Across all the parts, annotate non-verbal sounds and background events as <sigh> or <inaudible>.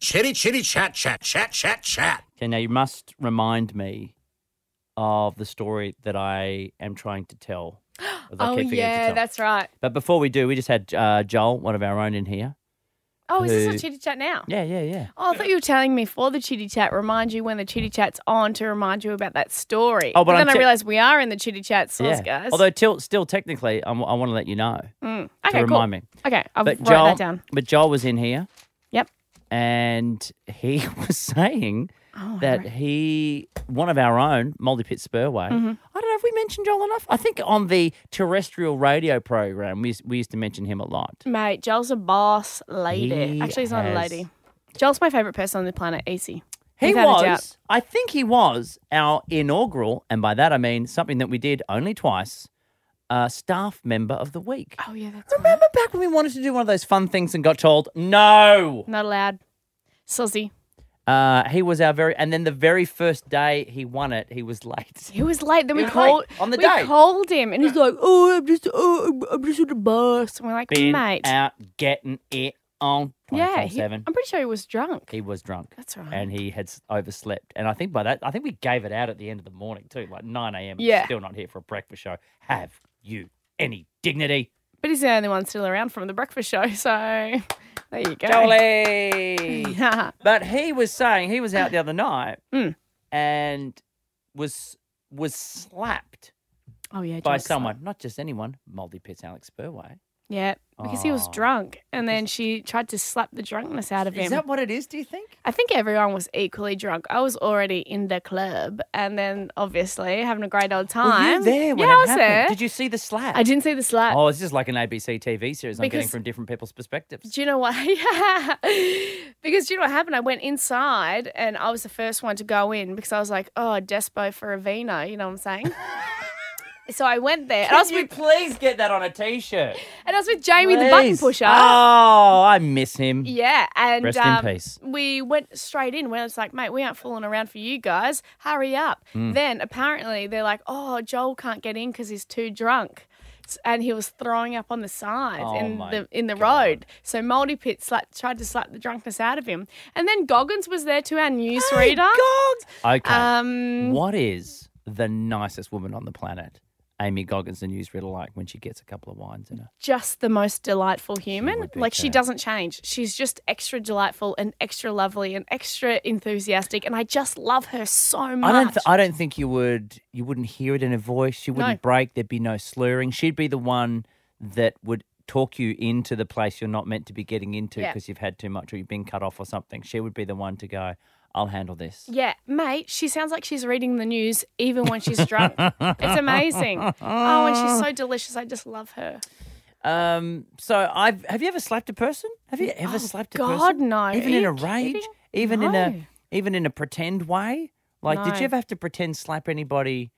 Chitty chitty chat chat chat chat chat. Okay, now you must remind me of the story that I am trying to <gasps> tell. that I oh keep forgetting to yeah, tell. that's right. But before we do, we just had uh, Joel, one of our own, in here. Oh, is this Who- a chitty chat now? Yeah, yeah, yeah. Oh, I thought you were telling me for the chitty chat. Remind you when the chitty chat's on to remind you about that story. Oh, but I'm then te- I realised we are in the chitty chat sauce, yeah. guys. Although, till, still technically, I'm, I want to let you know Mm. to okay, cool. remind me. Okay, I'll But write Joel, that down. but Joel was in here. Yep. And he <laughs> was saying Oh, I that re- he, one of our own, Moldy Pit Spurway. Mm-hmm. I don't know if we mentioned Joel enough. I think on the terrestrial radio program, we, we used to mention him a lot. mate, Joel's a boss lady. He Actually, he's not a has- lady. Joel's my favourite person on the planet, E easy. He Without a doubt. was, I think he was our inaugural, and by that I mean something that we did only twice, uh, staff member of the week. Oh yeah, that's right. Remember back when we wanted to do one of those fun things and got told, no? Not allowed. Sozzy. Uh, he was our very, and then the very first day he won it, he was late. He was late. <laughs> Then He we was late called on the we day. called him, and he's like, "Oh, I'm just, oh, I'm, I'm just on the bus." And we're like, Been "Mate, out getting it on yeah, he- 24/7. I'm pretty sure he was drunk." He was drunk. that's right. And he had s- overslept. And I think by that, I think we gave it out at the end of the morning too, like 9 a.m. Yeah. Still not here for a breakfast show. Have you any dignity? but he's the only one still around from the breakfast show, <laughs> so there you go. Jolly! Yeah. <laughs> but he was saying he was out the other night <laughs> Mm. and was was slapped <laughs> Oh yeah, by Jack's someone, not just anyone, Moldy Pitts Alex Burway. like- Yeah, because he was Oh. drunk, and then she tried to slap the drunkenness out of him. Is that what it is, do you think? I think everyone was equally drunk. I was already in the club, and then obviously having a great old Were time. you there when yeah, it I was happened? there. Did you see the slap? I didn't see the slap. Oh, it's just like an ABC TV series. I'm getting Because- from different people's perspectives. Do you know what? <laughs> yeah. Because do you know what happened? I went inside and I was the first one to go in because I was like, oh, Despo for a vino. You know what I'm <laughs> saying? so I went there and I, was Can you with, please get that on a T-shirt? and I was with Jamie the button Please. pusher. Oh, I miss him. Yeah. And Rest in um, peace. we went straight in where it's like, mate, we aren't fooling around for you guys. Hurry up. Mm. Then apparently they're like, oh, Joel can't get in because he's too drunk. S- And he was throwing up on the sides Oh in my the in the God. road. So Moldy Pitt slapped, tried to slap the drunkenness out of him. And then Goggins was there too, our newsreader. Okay. um, what is the nicest woman on the planet? Amy Goggins, the newsreader, like when she gets a couple of wines in her. just the most delightful human. would be Like she great. doesn't change. She's just extra delightful and extra lovely and extra enthusiastic. And I just love her so much. I don't. Th- I don't think you would. You wouldn't hear it in her voice. She wouldn't No. break. There'd be no slurring. She'd be the one that would talk you into the place you're not meant to be getting into Yeah. because you've had too much or you've been cut off or something. She would be the one to go. I'll handle this. Yeah, mate, she sounds like she's reading the news even when she's drunk. it's amazing. Oh, <laughs> and she's so delicious. I just love her. Um. So I've. Have you ever slapped a person? Have you ever slapped a person? Oh, God, no. Even Are in you a rage. kidding? Even in No. a. Even in a pretend way. Like, did you No. ever have to pretend slap anybody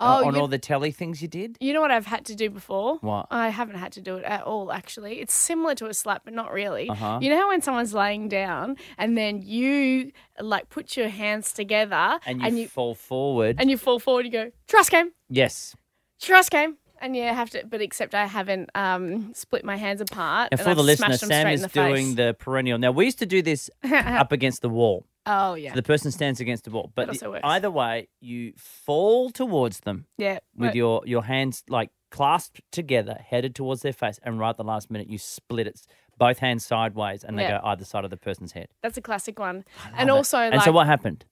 uh, Oh, on you- all the telly things you did? You know what I've had to do before? What? I haven't had to do it at all, actually. It's similar to a slap, but not really. Uh-huh. You know how when someone's laying down and then you like put your hands together And you, fall forward. and you fall forward, you go, trust game, yes. trust game. And yeah, I have to, but except I haven't um, split my hands apart. And for I've the listener, smashed them Sam straight is in the doing face. the perennial. Now, we used to do <laughs> this up against the wall. Oh, yeah. So the person stands against the wall. But That also the- works. either way, you fall towards them yeah. with but- your, your hands like clasped together, headed towards their face. And right at the last minute, you split it, both hands sideways, and they Yeah. go either side of the person's head. That's a classic one. Love And it. also, and like, so what happened?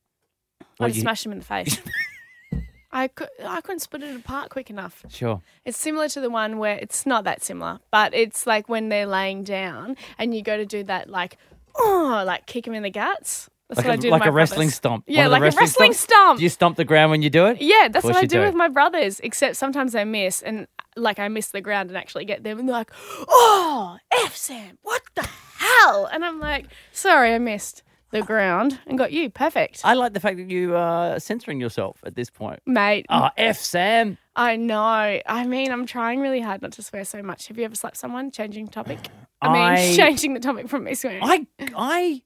I Well, just you- smashed him in <laughs> the face. I, could, I couldn't split it apart quick enough. Sure. It's similar to the one where it's not that similar, but it's like when they're laying down and you go to do that, like, oh, like kick him in the guts. That's Like what I a- do. to like my a wrestling brothers. stomp. One of Yeah, the like wrestling a wrestling stomps? stomp. Do you stomp the ground when you do it? yeah, that's course what I you do, do. with my brothers, except sometimes I miss and like I miss the ground and actually get them and they're like, oh, F Sam, what the hell? And I'm like, sorry, I missed the ground and got you. Perfect. I like the fact that you are censoring yourself at this point. Mate, Oh, F Sam. I know. I mean, I'm trying really hard not to swear so much. Have you ever slapped someone? Changing topic. I mean, I- <laughs> changing the topic from me swearing. I I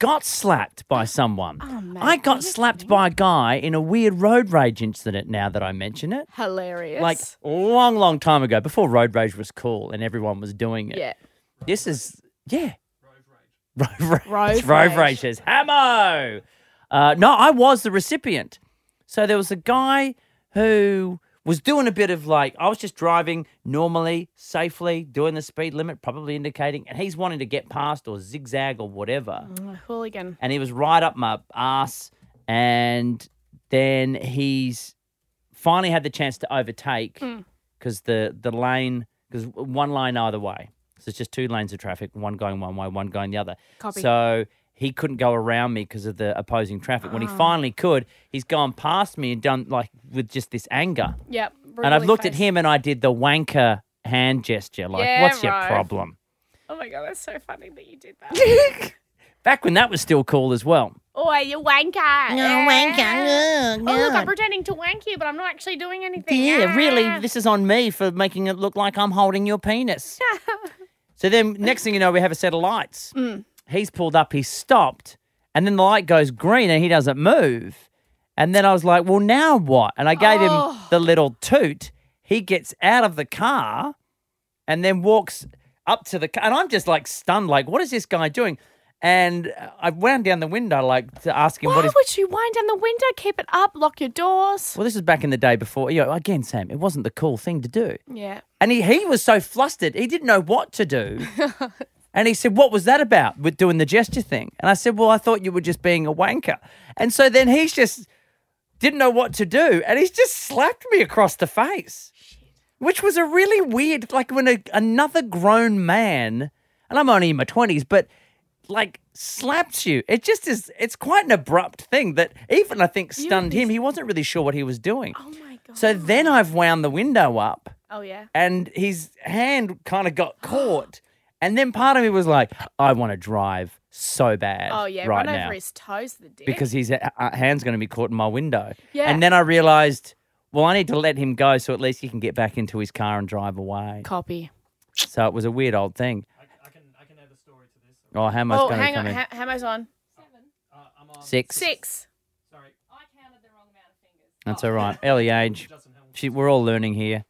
got slapped by someone. Oh, mate, I are you got slapped by a guy in a weird road rage incident now that I mention it. Hilarious. Like long, long time ago, before road rage was cool and everyone was doing it. yeah. This is yeah. Rove Rage. <laughs> Rove Rove Rage Rage. says, Hamo. Uh, no, I was the recipient. So there was a guy who was doing a bit of like, I was just driving normally, safely, doing the speed limit, probably indicating, and he's wanting to get past or zigzag or whatever. Oh, hooligan. And he was right up my ass. And then he's finally had the chance to overtake Hmm. because the, the lane, because one lane either way. So it's just two lanes of traffic, one going one way, one going the other. Copy. So he couldn't go around me because of the opposing traffic. When he Ah. finally could, he's gone past me and done like with just this anger. Yep. and I've brutally looked at faced. him and I did the wanker hand gesture. Like, Yeah, what's your right. problem? Oh my god, that's so funny that you did <laughs> that. Back when that was still cool as well. oh, you wanker. No, wanker. Oh No, look, no. I'm pretending to wank you, but I'm not actually doing anything. Yeah, really, Ah. this is on me for making it look like I'm holding your <laughs> penis. so then, next thing you know, we have a set of lights. Mm. He's pulled up, he's stopped, and then the light goes green and he doesn't move. And then I was like, well, now what? And I gave him Oh. the little toot. He gets out of the car and then walks up to the car. And I'm just like stunned, like, what is this guy doing? And I wound down the window, like, to ask him Why what his would you wind down the window? Keep it up. Lock your doors. Well, this was back in the day before. You know, again, Sam, it wasn't the cool thing to do. Yeah. And he, he was so flustered, he didn't know what to do. and he said, What was that about with doing the gesture thing? And I said, Well, I thought you were just being a wanker. And so then he's just didn't know what to do. And he's just slapped me across the face, which was a really weird, like when a, another grown man, and I'm only in my 20s, but like slaps you. It just is, it's quite an abrupt thing that even I think stunned him. He wasn't really sure what he was doing. Oh my god. So then I've wound the window up oh yeah. and his hand kind of got caught. <gasps> And then part of me was like, I want to drive so bad. Oh yeah. right run now over his toes. The dick. because his uh, uh, hand's going to be caught in my window. Yeah. And then I realized, well, I need to let him go so at least he can get back into his car and drive <laughs> away. copy. So it was a weird old thing. I, can I Oh, can add a story to this. Oh, Hamo's going hang to on. come in. Ha- Hamo's on Six. six. That's all right. Early age. She, we're all learning here.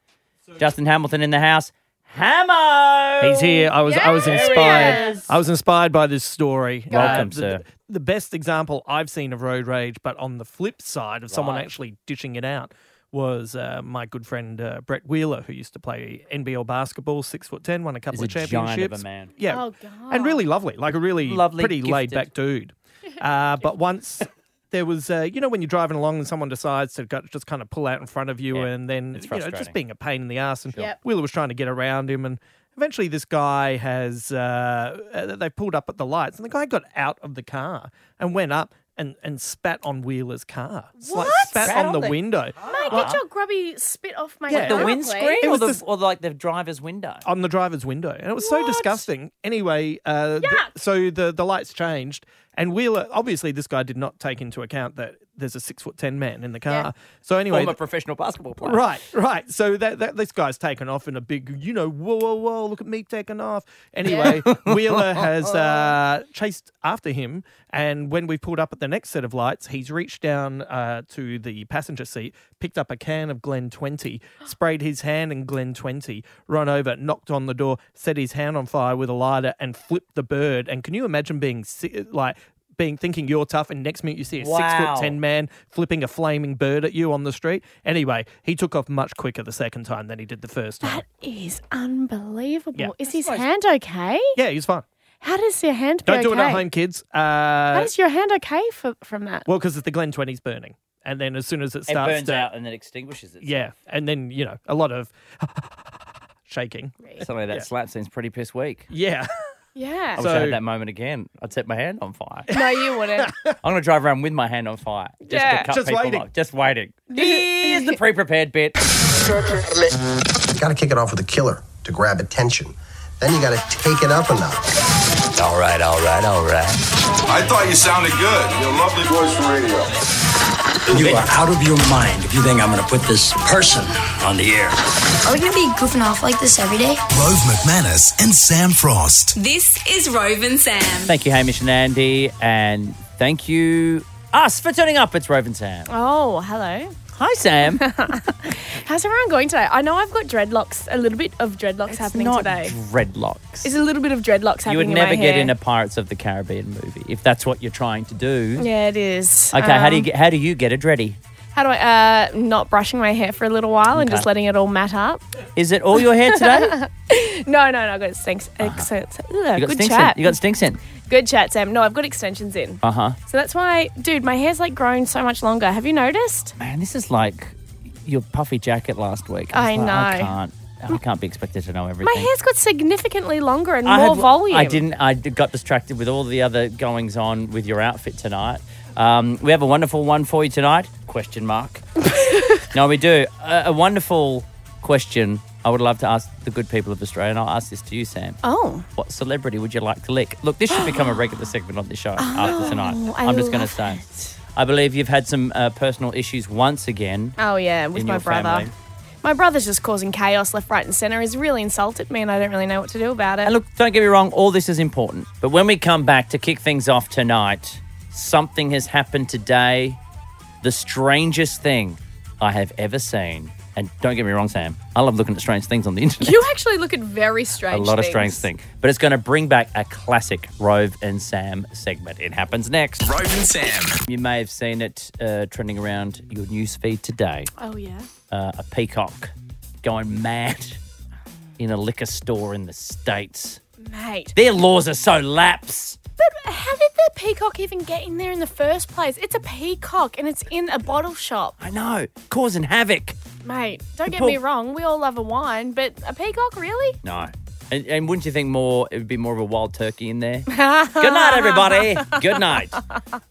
Justin Hamilton in the house. Hamo. He's here. I was I was Yes! inspired. Oh, I was inspired by this story. Welcome, the, sir. The best example I've seen of road rage, but on the flip side of someone actually dishing it out, was uh, my good friend uh, Brett Wheeler, who used to play NBL basketball, six foot ten, won a couple He's a of championships. giant of a man. Yeah, Oh, and really lovely, like a really Lovely, pretty gifted. laid back <laughs> dude. Uh, but once. There was, uh, you know, when you're driving along and someone decides to go, just kind of pull out in front of you, Yeah, and then it's you know, just frustrating. being a pain in the ass. And Yep. Wheeler was trying to get around him, and eventually this guy has uh, uh, they pulled up at the lights, and the guy got out of the car and went up and, and spat on Wheeler's car. It's like What? spat, Spat on, on the, the Oh. window <gasps> Mate, uh, get your grubby spit off my Yeah. The car, Probably. windscreen please. or, was the, this- or like the driver's window? on the driver's window, and it was so What? disgusting. Anyway, uh, th- Yuck. so the the lights changed, and Wheeler obviously this guy did not take into account that there's a six foot ten man in the car. So anyway, Former th- professional basketball player. Right, right. So that, that this guy's taken off in a big, you know, whoa, whoa, whoa! Look at me taking off. Anyway, <laughs> Wheeler has uh, chased after him, and when we pulled up at the next set of lights, he's reached down uh, to the passenger seat, picked up a can of Glen Twenty, <gasps> sprayed his hand in Glen Twenty, run over, knocked on the door, set his hand on fire with a lighter, and flipped the bird. And can you imagine being si- like? Being thinking you're tough, and next minute you see a six Wow. foot ten man flipping a flaming bird at you on the street. Anyway, he took off much quicker the second time than he did the first time. That is unbelievable. Yeah. Is his hand okay? yeah, he's fine. How does your hand be Don't do it okay? at home, kids. How Uh, is your hand okay for, from that? well, because the Glen 20's burning. And then as soon as it It starts burns to. out and then extinguishes it. Yeah. And then, you know, a lot of <laughs> shaking. Suddenly that slap seems pretty piss weak. Yeah. <laughs> Yeah. I wish I So- had that moment again. I'd set my hand on fire. <laughs> no, you wouldn't. <laughs> I'm going to drive around with my hand on fire. Just Yeah. to cut Just people waiting. off. Just waiting. Here's the pre prepared bit. gotta kick it off with a killer to grab attention. Then you gotta take it up a notch. All right, all right, all right. I thought you sounded good. Your lovely voice for radio. You are out of your mind if you think I'm going to put this person on the air. Are we gonna be goofing off like this every day? Rove McManus and Sam Frost. This is Rove and Sam. Thank you, Hamish and Andy. And thank you, us, for turning up. It's Rove and Sam. oh, hello. Hi, <laughs> Sam. How's everyone going today? I know I've got dreadlocks, a little bit of dreadlocks happening Not today. dreadlocks. It's a little bit of dreadlocks happening you would in never my get hair. in a Pirates of the Caribbean movie if that's what you're trying to do. Yeah, it is. Okay, how do you Um, get how do you get a dready? How do I? Uh, not brushing my hair for a little while and just letting it all mat up. Is it all your hair <laughs> today? No, no, no. I got extensions. Ex- You got good stinks chat. in. You got stinks in. good chat, Sam. No, I've got extensions in. Uh huh. So that's why, dude, my hair's like grown so much longer. Have you noticed? Man, this is like your puffy jacket last week. I It's like, I know. can't. I can't be expected to know everything. My hair's got significantly longer and I more had- volume. I didn't. I d- got distracted with all the other goings on with your outfit tonight. Um, we have a wonderful one for you tonight? Question <laughs> mark. no, we do. A, a wonderful question. I would love to ask the good people of Australia, and I'll ask this to you, Sam. Oh, What celebrity would you like to lick? Look, this should become a regular segment on the <gasps> show after tonight. Oh, I I'm just going love to say. I believe you've had some uh, personal issues once again oh yeah, with in my your brother. family. My brother's just causing chaos left, right, and centre. He's really insulted me, and I don't really know what to do about it. And look, don't get me wrong, all this is important. But when we come back to kick things off tonight, something has happened today. The strangest thing I have ever seen. And don't get me wrong, Sam, I love looking at strange things on the internet. you actually look at very strange. a lot of strange things. But it's going to bring back a classic Rove and Sam segment. It happens next. Rove and Sam. You may have seen it uh, trending around your newsfeed today. Oh yeah. Uh, a peacock going mad in a liquor store in the States. Mate, Their laws are so lax. but how did the peacock even get in there in the first place? It's a peacock and it's in a bottle shop. I know, causing havoc. Mate, don't get Paul- me wrong, we all love a wine, but a peacock, really? No. And, and wouldn't you think more, it would be more of a wild turkey in there? Good night, everybody. Good night.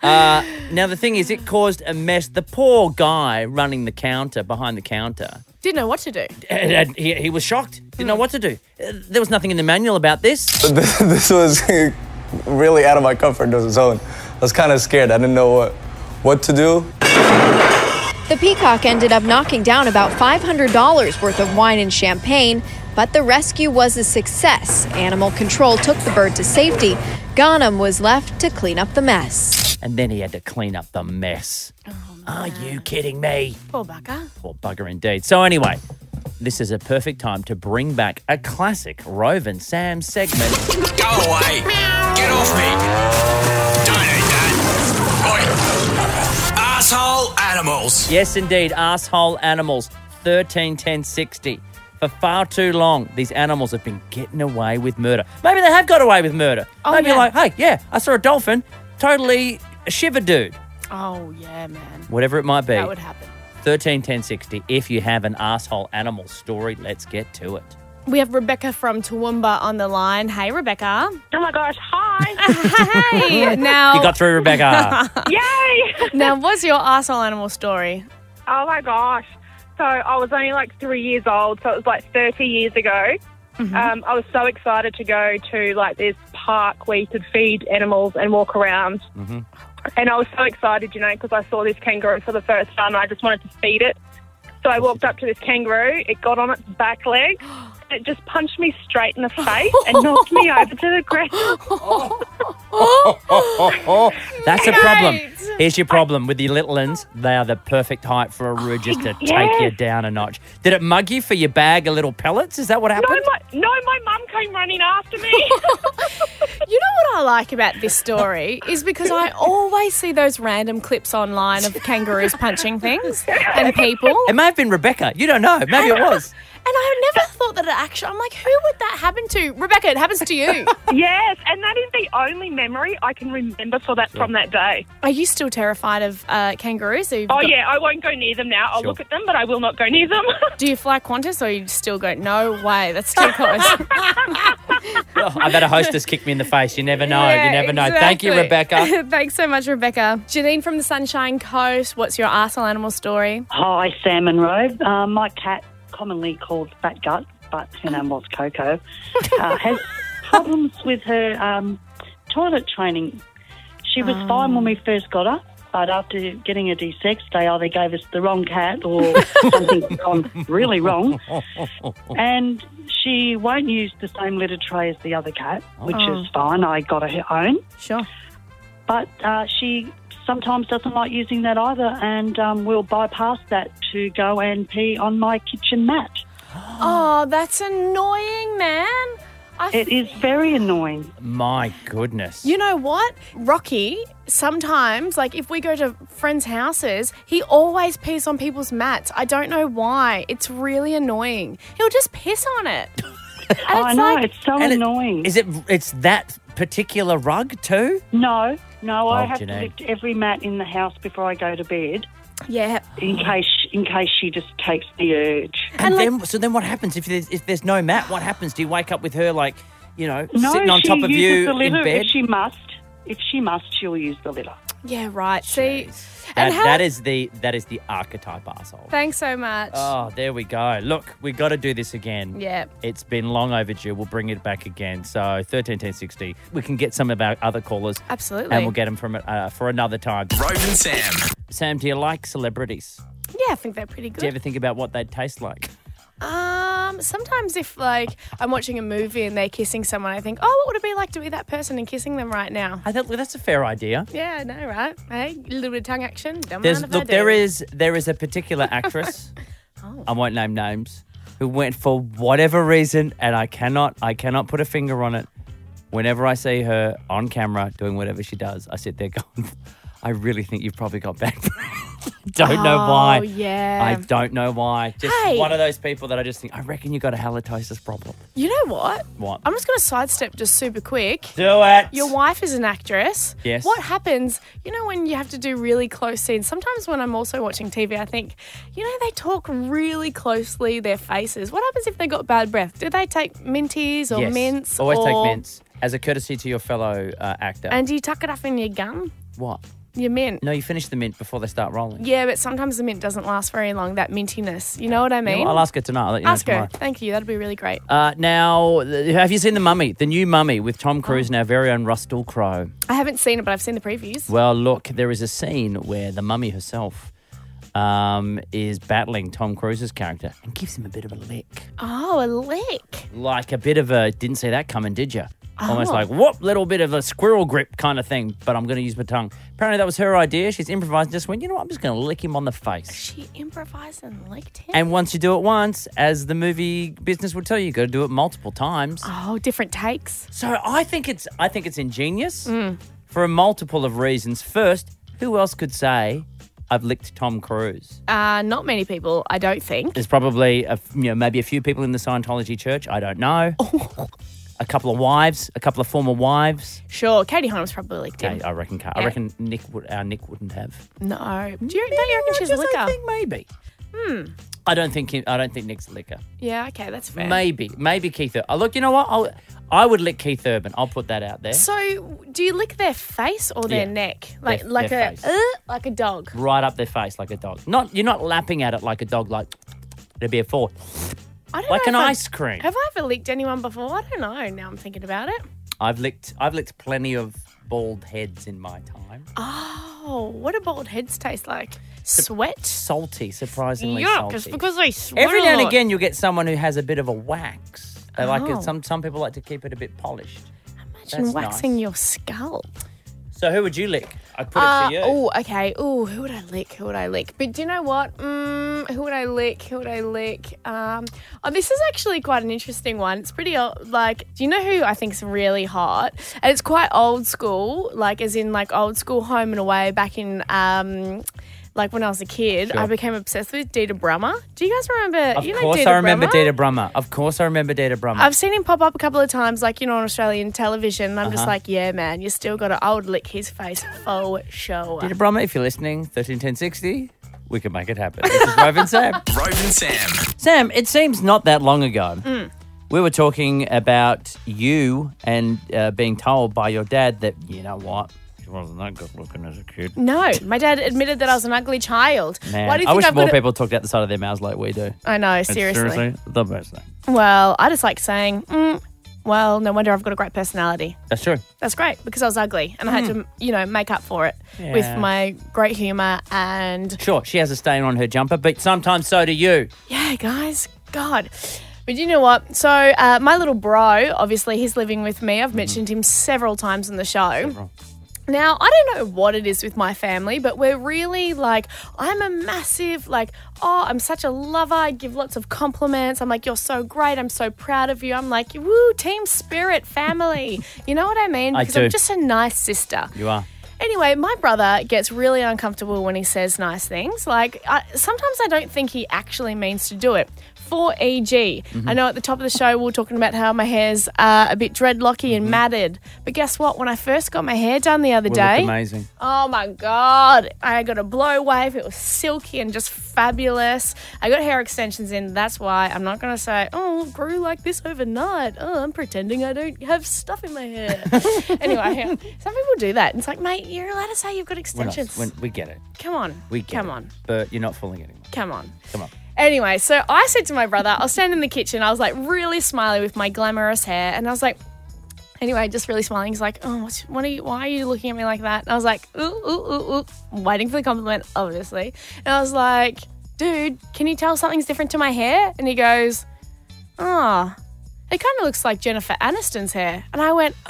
Uh, now, the thing is, it caused a mess. The poor guy running the counter, behind the counter, Didn't know what to do. and, and he, he was shocked. Didn't know what to do. Uh, There was nothing in the manual about this. <laughs> this was <laughs> really out of my comfort zone. I was kind of scared. I didn't know what what to do. The peacock ended up knocking down about $500 worth of wine and champagne, but the rescue was a success. Animal control took the bird to safety. Ghanem was left to clean up the mess. And then he had to clean up the mess. Are you kidding me? Poor bugger. Poor bugger indeed. So, anyway, this is a perfect time to bring back a classic Rove and Sam segment. Go away. Get off me. Don't eat that. Oi. Asshole animals. Yes, indeed. Asshole animals. 13, 10, 60. For far too long, these animals have been getting away with murder. Maybe they have got away with murder. Maybe Oh, yeah. you're like, hey, yeah, I saw a dolphin. Totally a shiver dude. Oh, yeah, man. Whatever it might be. That would happen. 13, 10, 60. If you have an asshole animal story, let's get to it. We have Rebecca from Toowoomba on the line. Hey, Rebecca. Oh my gosh, <laughs> hi. Hey, now, You got through, <laughs> Rebecca. Yay! now, what's your arsehole animal story? Oh my gosh. So I was only like three years old, so it was like 30 years ago. Um, I was so excited to go to like this park where you could feed animals and walk around. And I was so excited, you know, because I saw this kangaroo for the first time and I just wanted to feed it. So I walked up to this kangaroo, it got on its back leg, and it just punched me straight in the face and knocked me over to the ground. That's a problem. Mate. Here's your problem with your little uns. They are the perfect height for a Oh, roo just to take you yes. down a notch. Did it mug you for your bag of little pellets? Is that what No, happened? my, no, my mum came running after me. <laughs> You know what I like about this story is because I always see those random clips online of kangaroos punching things and people. It may have been Rebecca. You don't know. Maybe it <laughs> was. And I never thought that it actually. I'm like, who would that happen to? Rebecca, it happens to <laughs> you. Yes, and that is the only memory I can remember for that from that day. Are you still terrified of uh, kangaroos? Or you've Oh got- yeah, I won't go near them now. I'll Sure. look at them, but I will not go near them. <laughs> Do you fly Qantas, or you still go? No way, that's too <laughs> close. <laughs> Oh, I bet a hostess kicked me in the face. You never know. you never know. Thank you, <laughs> Rebecca. Thanks so much, Rebecca. Janine from the Sunshine Coast. What's your arsehole animal story? Hi, Sam and Robe. Uh, my cat, commonly called Fat Gut, but her name was Coco, uh, has problems with her um, toilet training. She was fine when we first got her, but after getting her de-sexed, they either gave us the wrong cat or something's gone really wrong. And she won't use the same litter tray as the other cat, which Oh. is fine. I got her her own Sure. but uh, she sometimes doesn't like using that either and um, will bypass that to go and pee on my kitchen mat. Oh, that's annoying, man. I It is very annoying. My goodness. You know what? Rocky, sometimes, like if we go to friends' houses, he always pees on people's mats. I don't know why. It's really annoying. He'll just piss on it. <laughs> And Oh, I know, it's so And it- annoying. Is it? It's that particular rug too. No, no, I Oh, have to Janae. lift every mat in the house before I go to bed Yeah. in case in case she just takes the urge. And, then, so then, what happens if there's if there's no mat? What happens? Do you wake up with her like, you know, No, sitting on she top of uses you the litter in bed? if she must. If she must, she'll use the litter. Yeah, right. See? That, and how, that is the that is the archetype asshole. Thanks so much. Oh, there we go. Look, we got to do this again. Yeah. It's been long overdue. We'll bring it back again. So thirteen ten sixty. We can get some of our other callers, Absolutely. and we'll get them from uh, for another time. Rove and Sam. Sam, do you like celebrities? yeah, I think they're pretty Do you good. ever think about what they'd taste like? Um, sometimes if like I'm watching a movie and they're kissing someone, I think, oh, what would it be like to be that person and kissing them right now? I thought well, that's a fair idea. Yeah, I know, right? Hey, a little bit of tongue action. Don't There's, mind if I look, do. there is there is a particular <laughs> actress. Oh. I won't name names. Who went for whatever reason, and I cannot I cannot put a finger on it. Whenever I see her on camera doing whatever she does, I sit there <laughs> going, I really think you've probably got back. <laughs> don't know why. Oh, yeah. I don't know why. Just Hey. one of those people that I just think I reckon you got a halitosis problem. You know what? What? I'm just going to sidestep just super quick. Do it. Your wife is an actress. Yes. What happens, you know, when you have to do really close scenes? Sometimes when I'm also watching TV, I think, you know, they talk really closely their faces. What happens if they got bad breath? Do they take minties or Yes. mints? Always or- take mints as a courtesy to your fellow uh, actor. And do you tuck it up in your gum? what? Your mint? No, you finish the mint before they start rolling. Yeah, but sometimes the mint doesn't last very long, that mintiness. You know what I You know, mean? I'll ask her tonight. I'll let you know Ask tomorrow. her. Thank you. That'd be really great. Uh, now, th- have you seen the Mummy, the new Mummy with Tom Cruise and our very own Rustle Crowe? I haven't seen it, but I've seen the previews. Well, look, there is a scene where the Mummy herself um, is battling Tom Cruise's character and gives him a bit of a lick, Oh, a lick. like a bit of a "didn't see that coming, did you?" Almost Oh. like whoop, little bit of a squirrel grip kind of thing. But I'm going to use my tongue. Apparently, that was her idea. She's improvised. and Just went, you know what? I'm just going to lick him on the face. She improvised and licked him. And once you do it once, as the movie business would tell you, you got to do it multiple times. Oh, different takes. So I think it's I think it's ingenious Mm. for a multiple of reasons. First, who else could say I've licked Tom Cruise? Uh, not many people, I don't think. There's probably a, you know maybe a few people in the Scientology church. I don't <laughs> know. a couple of wives, a couple of former wives. Sure, Katie Holmes probably licked him. Okay, I reckon. I Yeah. reckon Nick would. Our Nick wouldn't have. No, do you, don't you reckon she's a just, licker? I think maybe. Hmm. I don't think. He, I don't think Nick's a licker. Yeah. Okay, that's fair. Maybe. Maybe Keith. Ur- Oh, look, you know what? I'll, I would lick Keith Urban. I'll put that out there. So, do you lick their face or their Yeah. neck, like Their- like their a face. uh, like a dog? right up their face like a dog. Not you're not lapping at it like a dog. Like it'd be a four. I don't Like an know if I've- ice cream. Have I ever licked anyone before? I don't know. Now I'm thinking about it. I've licked I've licked plenty of bald heads in my time. Oh, what do bald heads taste like? Sweat. Salty, surprisingly Yuck! salty. It's because they sweat. Every a now and lot. again you'll get someone who has a bit of a wax. They like Oh. it. Some some people like to keep it a bit polished. imagine That's nice. waxing your scalp. So who would you lick? I put it Uh, to you. Oh, okay. Oh, who would I lick? Who would I lick? But do you know what? Mm, who would I lick? Who would I lick? Um, oh, this is actually quite an interesting one. It's pretty old. Like, do you know who I think's really hot? And it's quite old school, like as in like old school home and away back in. Um, like when I was a kid, Sure. I became obsessed with Dita Brummer. Do you guys remember? Of you know course Dita I remember Brummer? Data Brummer. Of course I remember Data Brummer. I've seen him pop up a couple of times, like, you know, on Australian television. And I'm just Uh-huh. like, yeah, man, you still got to. I would lick his face for sure. Data Brummer, if you're listening, 131060, we can make it happen. This is Rove and <laughs> Sam. Rove and Sam. Sam, it seems not that long ago. Mm. We were talking about you and uh, being told by your dad that, you know what, she wasn't that good looking as a kid. No, my dad admitted that I was an ugly child. Man, Why do you I think wish I've more got a- people talked out the side of their mouths like we do. I know, It's seriously. the best thing. Well, I just like saying, mm, well, no wonder I've got a great personality. That's true. That's great because I was ugly and I had to, you know, make up for it Hmm. Yeah. with my great humor and Sure, she has a stain on her jumper, but sometimes so do you. yeah, guys, God. But you know what? So Mm-hmm. uh, my little bro, obviously, he's living with me. I've mentioned him several times on the show. Now, I don't know what it is with my family, but we're really like, I'm a massive, like, oh, I'm such a lover. I give lots of compliments. I'm like, you're so great. I'm so proud of you. I'm like, woo, team <laughs> spirit, family. you know what I mean? I Because do. I'm just a nice sister. You are. Anyway, my brother gets really uncomfortable when he says nice things. Like, I, sometimes I don't think he actually means to do it. For EG, I know at the top of the show we were talking about how my hair's uh, a bit dreadlocky and matted. But guess what? When I first got my hair done the other Will look day, amazing. Oh my god! I got a blow wave. It was silky and just fabulous. I got hair extensions in. That's why I'm not gonna say, "Oh, it grew like this overnight." Oh, I'm pretending I don't have stuff in <laughs> my hair. anyway, <laughs> some people do that. It's like, mate, you're allowed to say you've got We're not- extensions. when- we get it. Come on, We get come it. on, But you're not fooling anyone. come on. Come on. Anyway, so I said to my brother, I was standing in the kitchen, I was like really smiley with my glamorous hair, and I was like, anyway, just really smiling. He's like, oh, what's, what are you, why are you looking at me like that? And I was like, ooh, ooh, ooh, ooh, I'm waiting for the compliment, obviously. And I was like, dude, can you tell something's different to my hair? And he goes, ah, it kind of looks like Jennifer Aniston's hair. And I went, <gasps>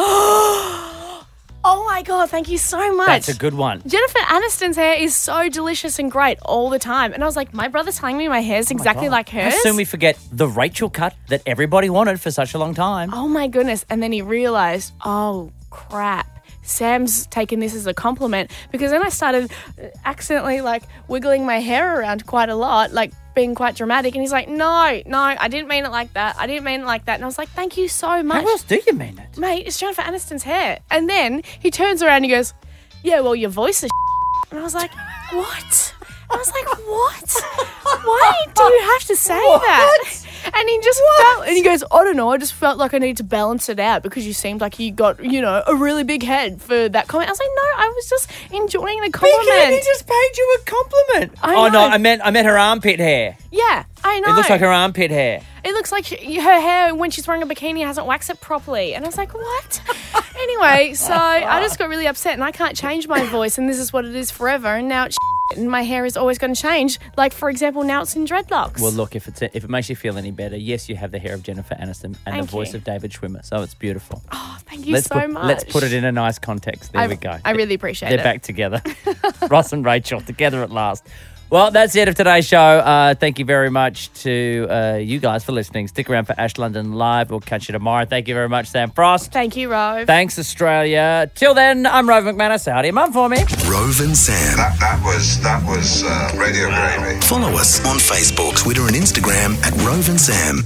oh, oh my God, thank you so much. That's a good one. Jennifer Aniston's hair is so delicious and great all the time. And I was like, my brother's telling me my hair's exactly God. like How hers. soon we forget the Rachel cut that everybody wanted for such a long time. oh my goodness. And then he realized, oh crap. Sam's taken this as a compliment because then I started accidentally like wiggling my hair around quite a lot, like being quite dramatic. And he's like, no, no, I didn't mean it like that. I didn't mean it like that. And I was like, thank you so much. How else do you mean it? Mate, it's Jennifer Aniston's hair. And then he turns around and he goes, Yeah, well, your voice is. <laughs> And I was like, What? I was like, What? Why do you have to say that? And he just felt, and he goes, I don't know, I just felt like I need to balance it out because you seemed like you got, you know, a really big head for that comment. I was like, no, I was just enjoying the compliment. he just paid you a compliment. I oh no, know. I meant I meant her armpit hair. Yeah, I know. It looks like her armpit hair. It looks like she, her hair when she's wearing a bikini hasn't waxed it properly. And I was like, what? anyway, so I just got really upset and I can't change my voice and this is what it is forever. And now it's and my hair is always going to change. Like, for example, now it's in dreadlocks. Well, look if it's if it makes you feel any better, yes, you have the hair of Jennifer Aniston and Thank the voice you. of David Schwimmer, so it's beautiful. Oh, thank you let's so put, much. Let's put it in a nice context. There I- we go. I really appreciate They're it. back <laughs> together. Ross and Rachel together at last. Well, that's it of today's show. Uh, thank you very much to uh, you guys for listening. Stick around for Ash London Live. We'll catch you tomorrow. Thank you very much, Sam Frost. Thank you, Rove. Thanks, Australia. Till then, I'm Rove McManus. Howdy, mum, for me. Rove and Sam. That, that was that was uh, radio gravy. Follow us on Facebook, Twitter, and Instagram at Rove and Sam.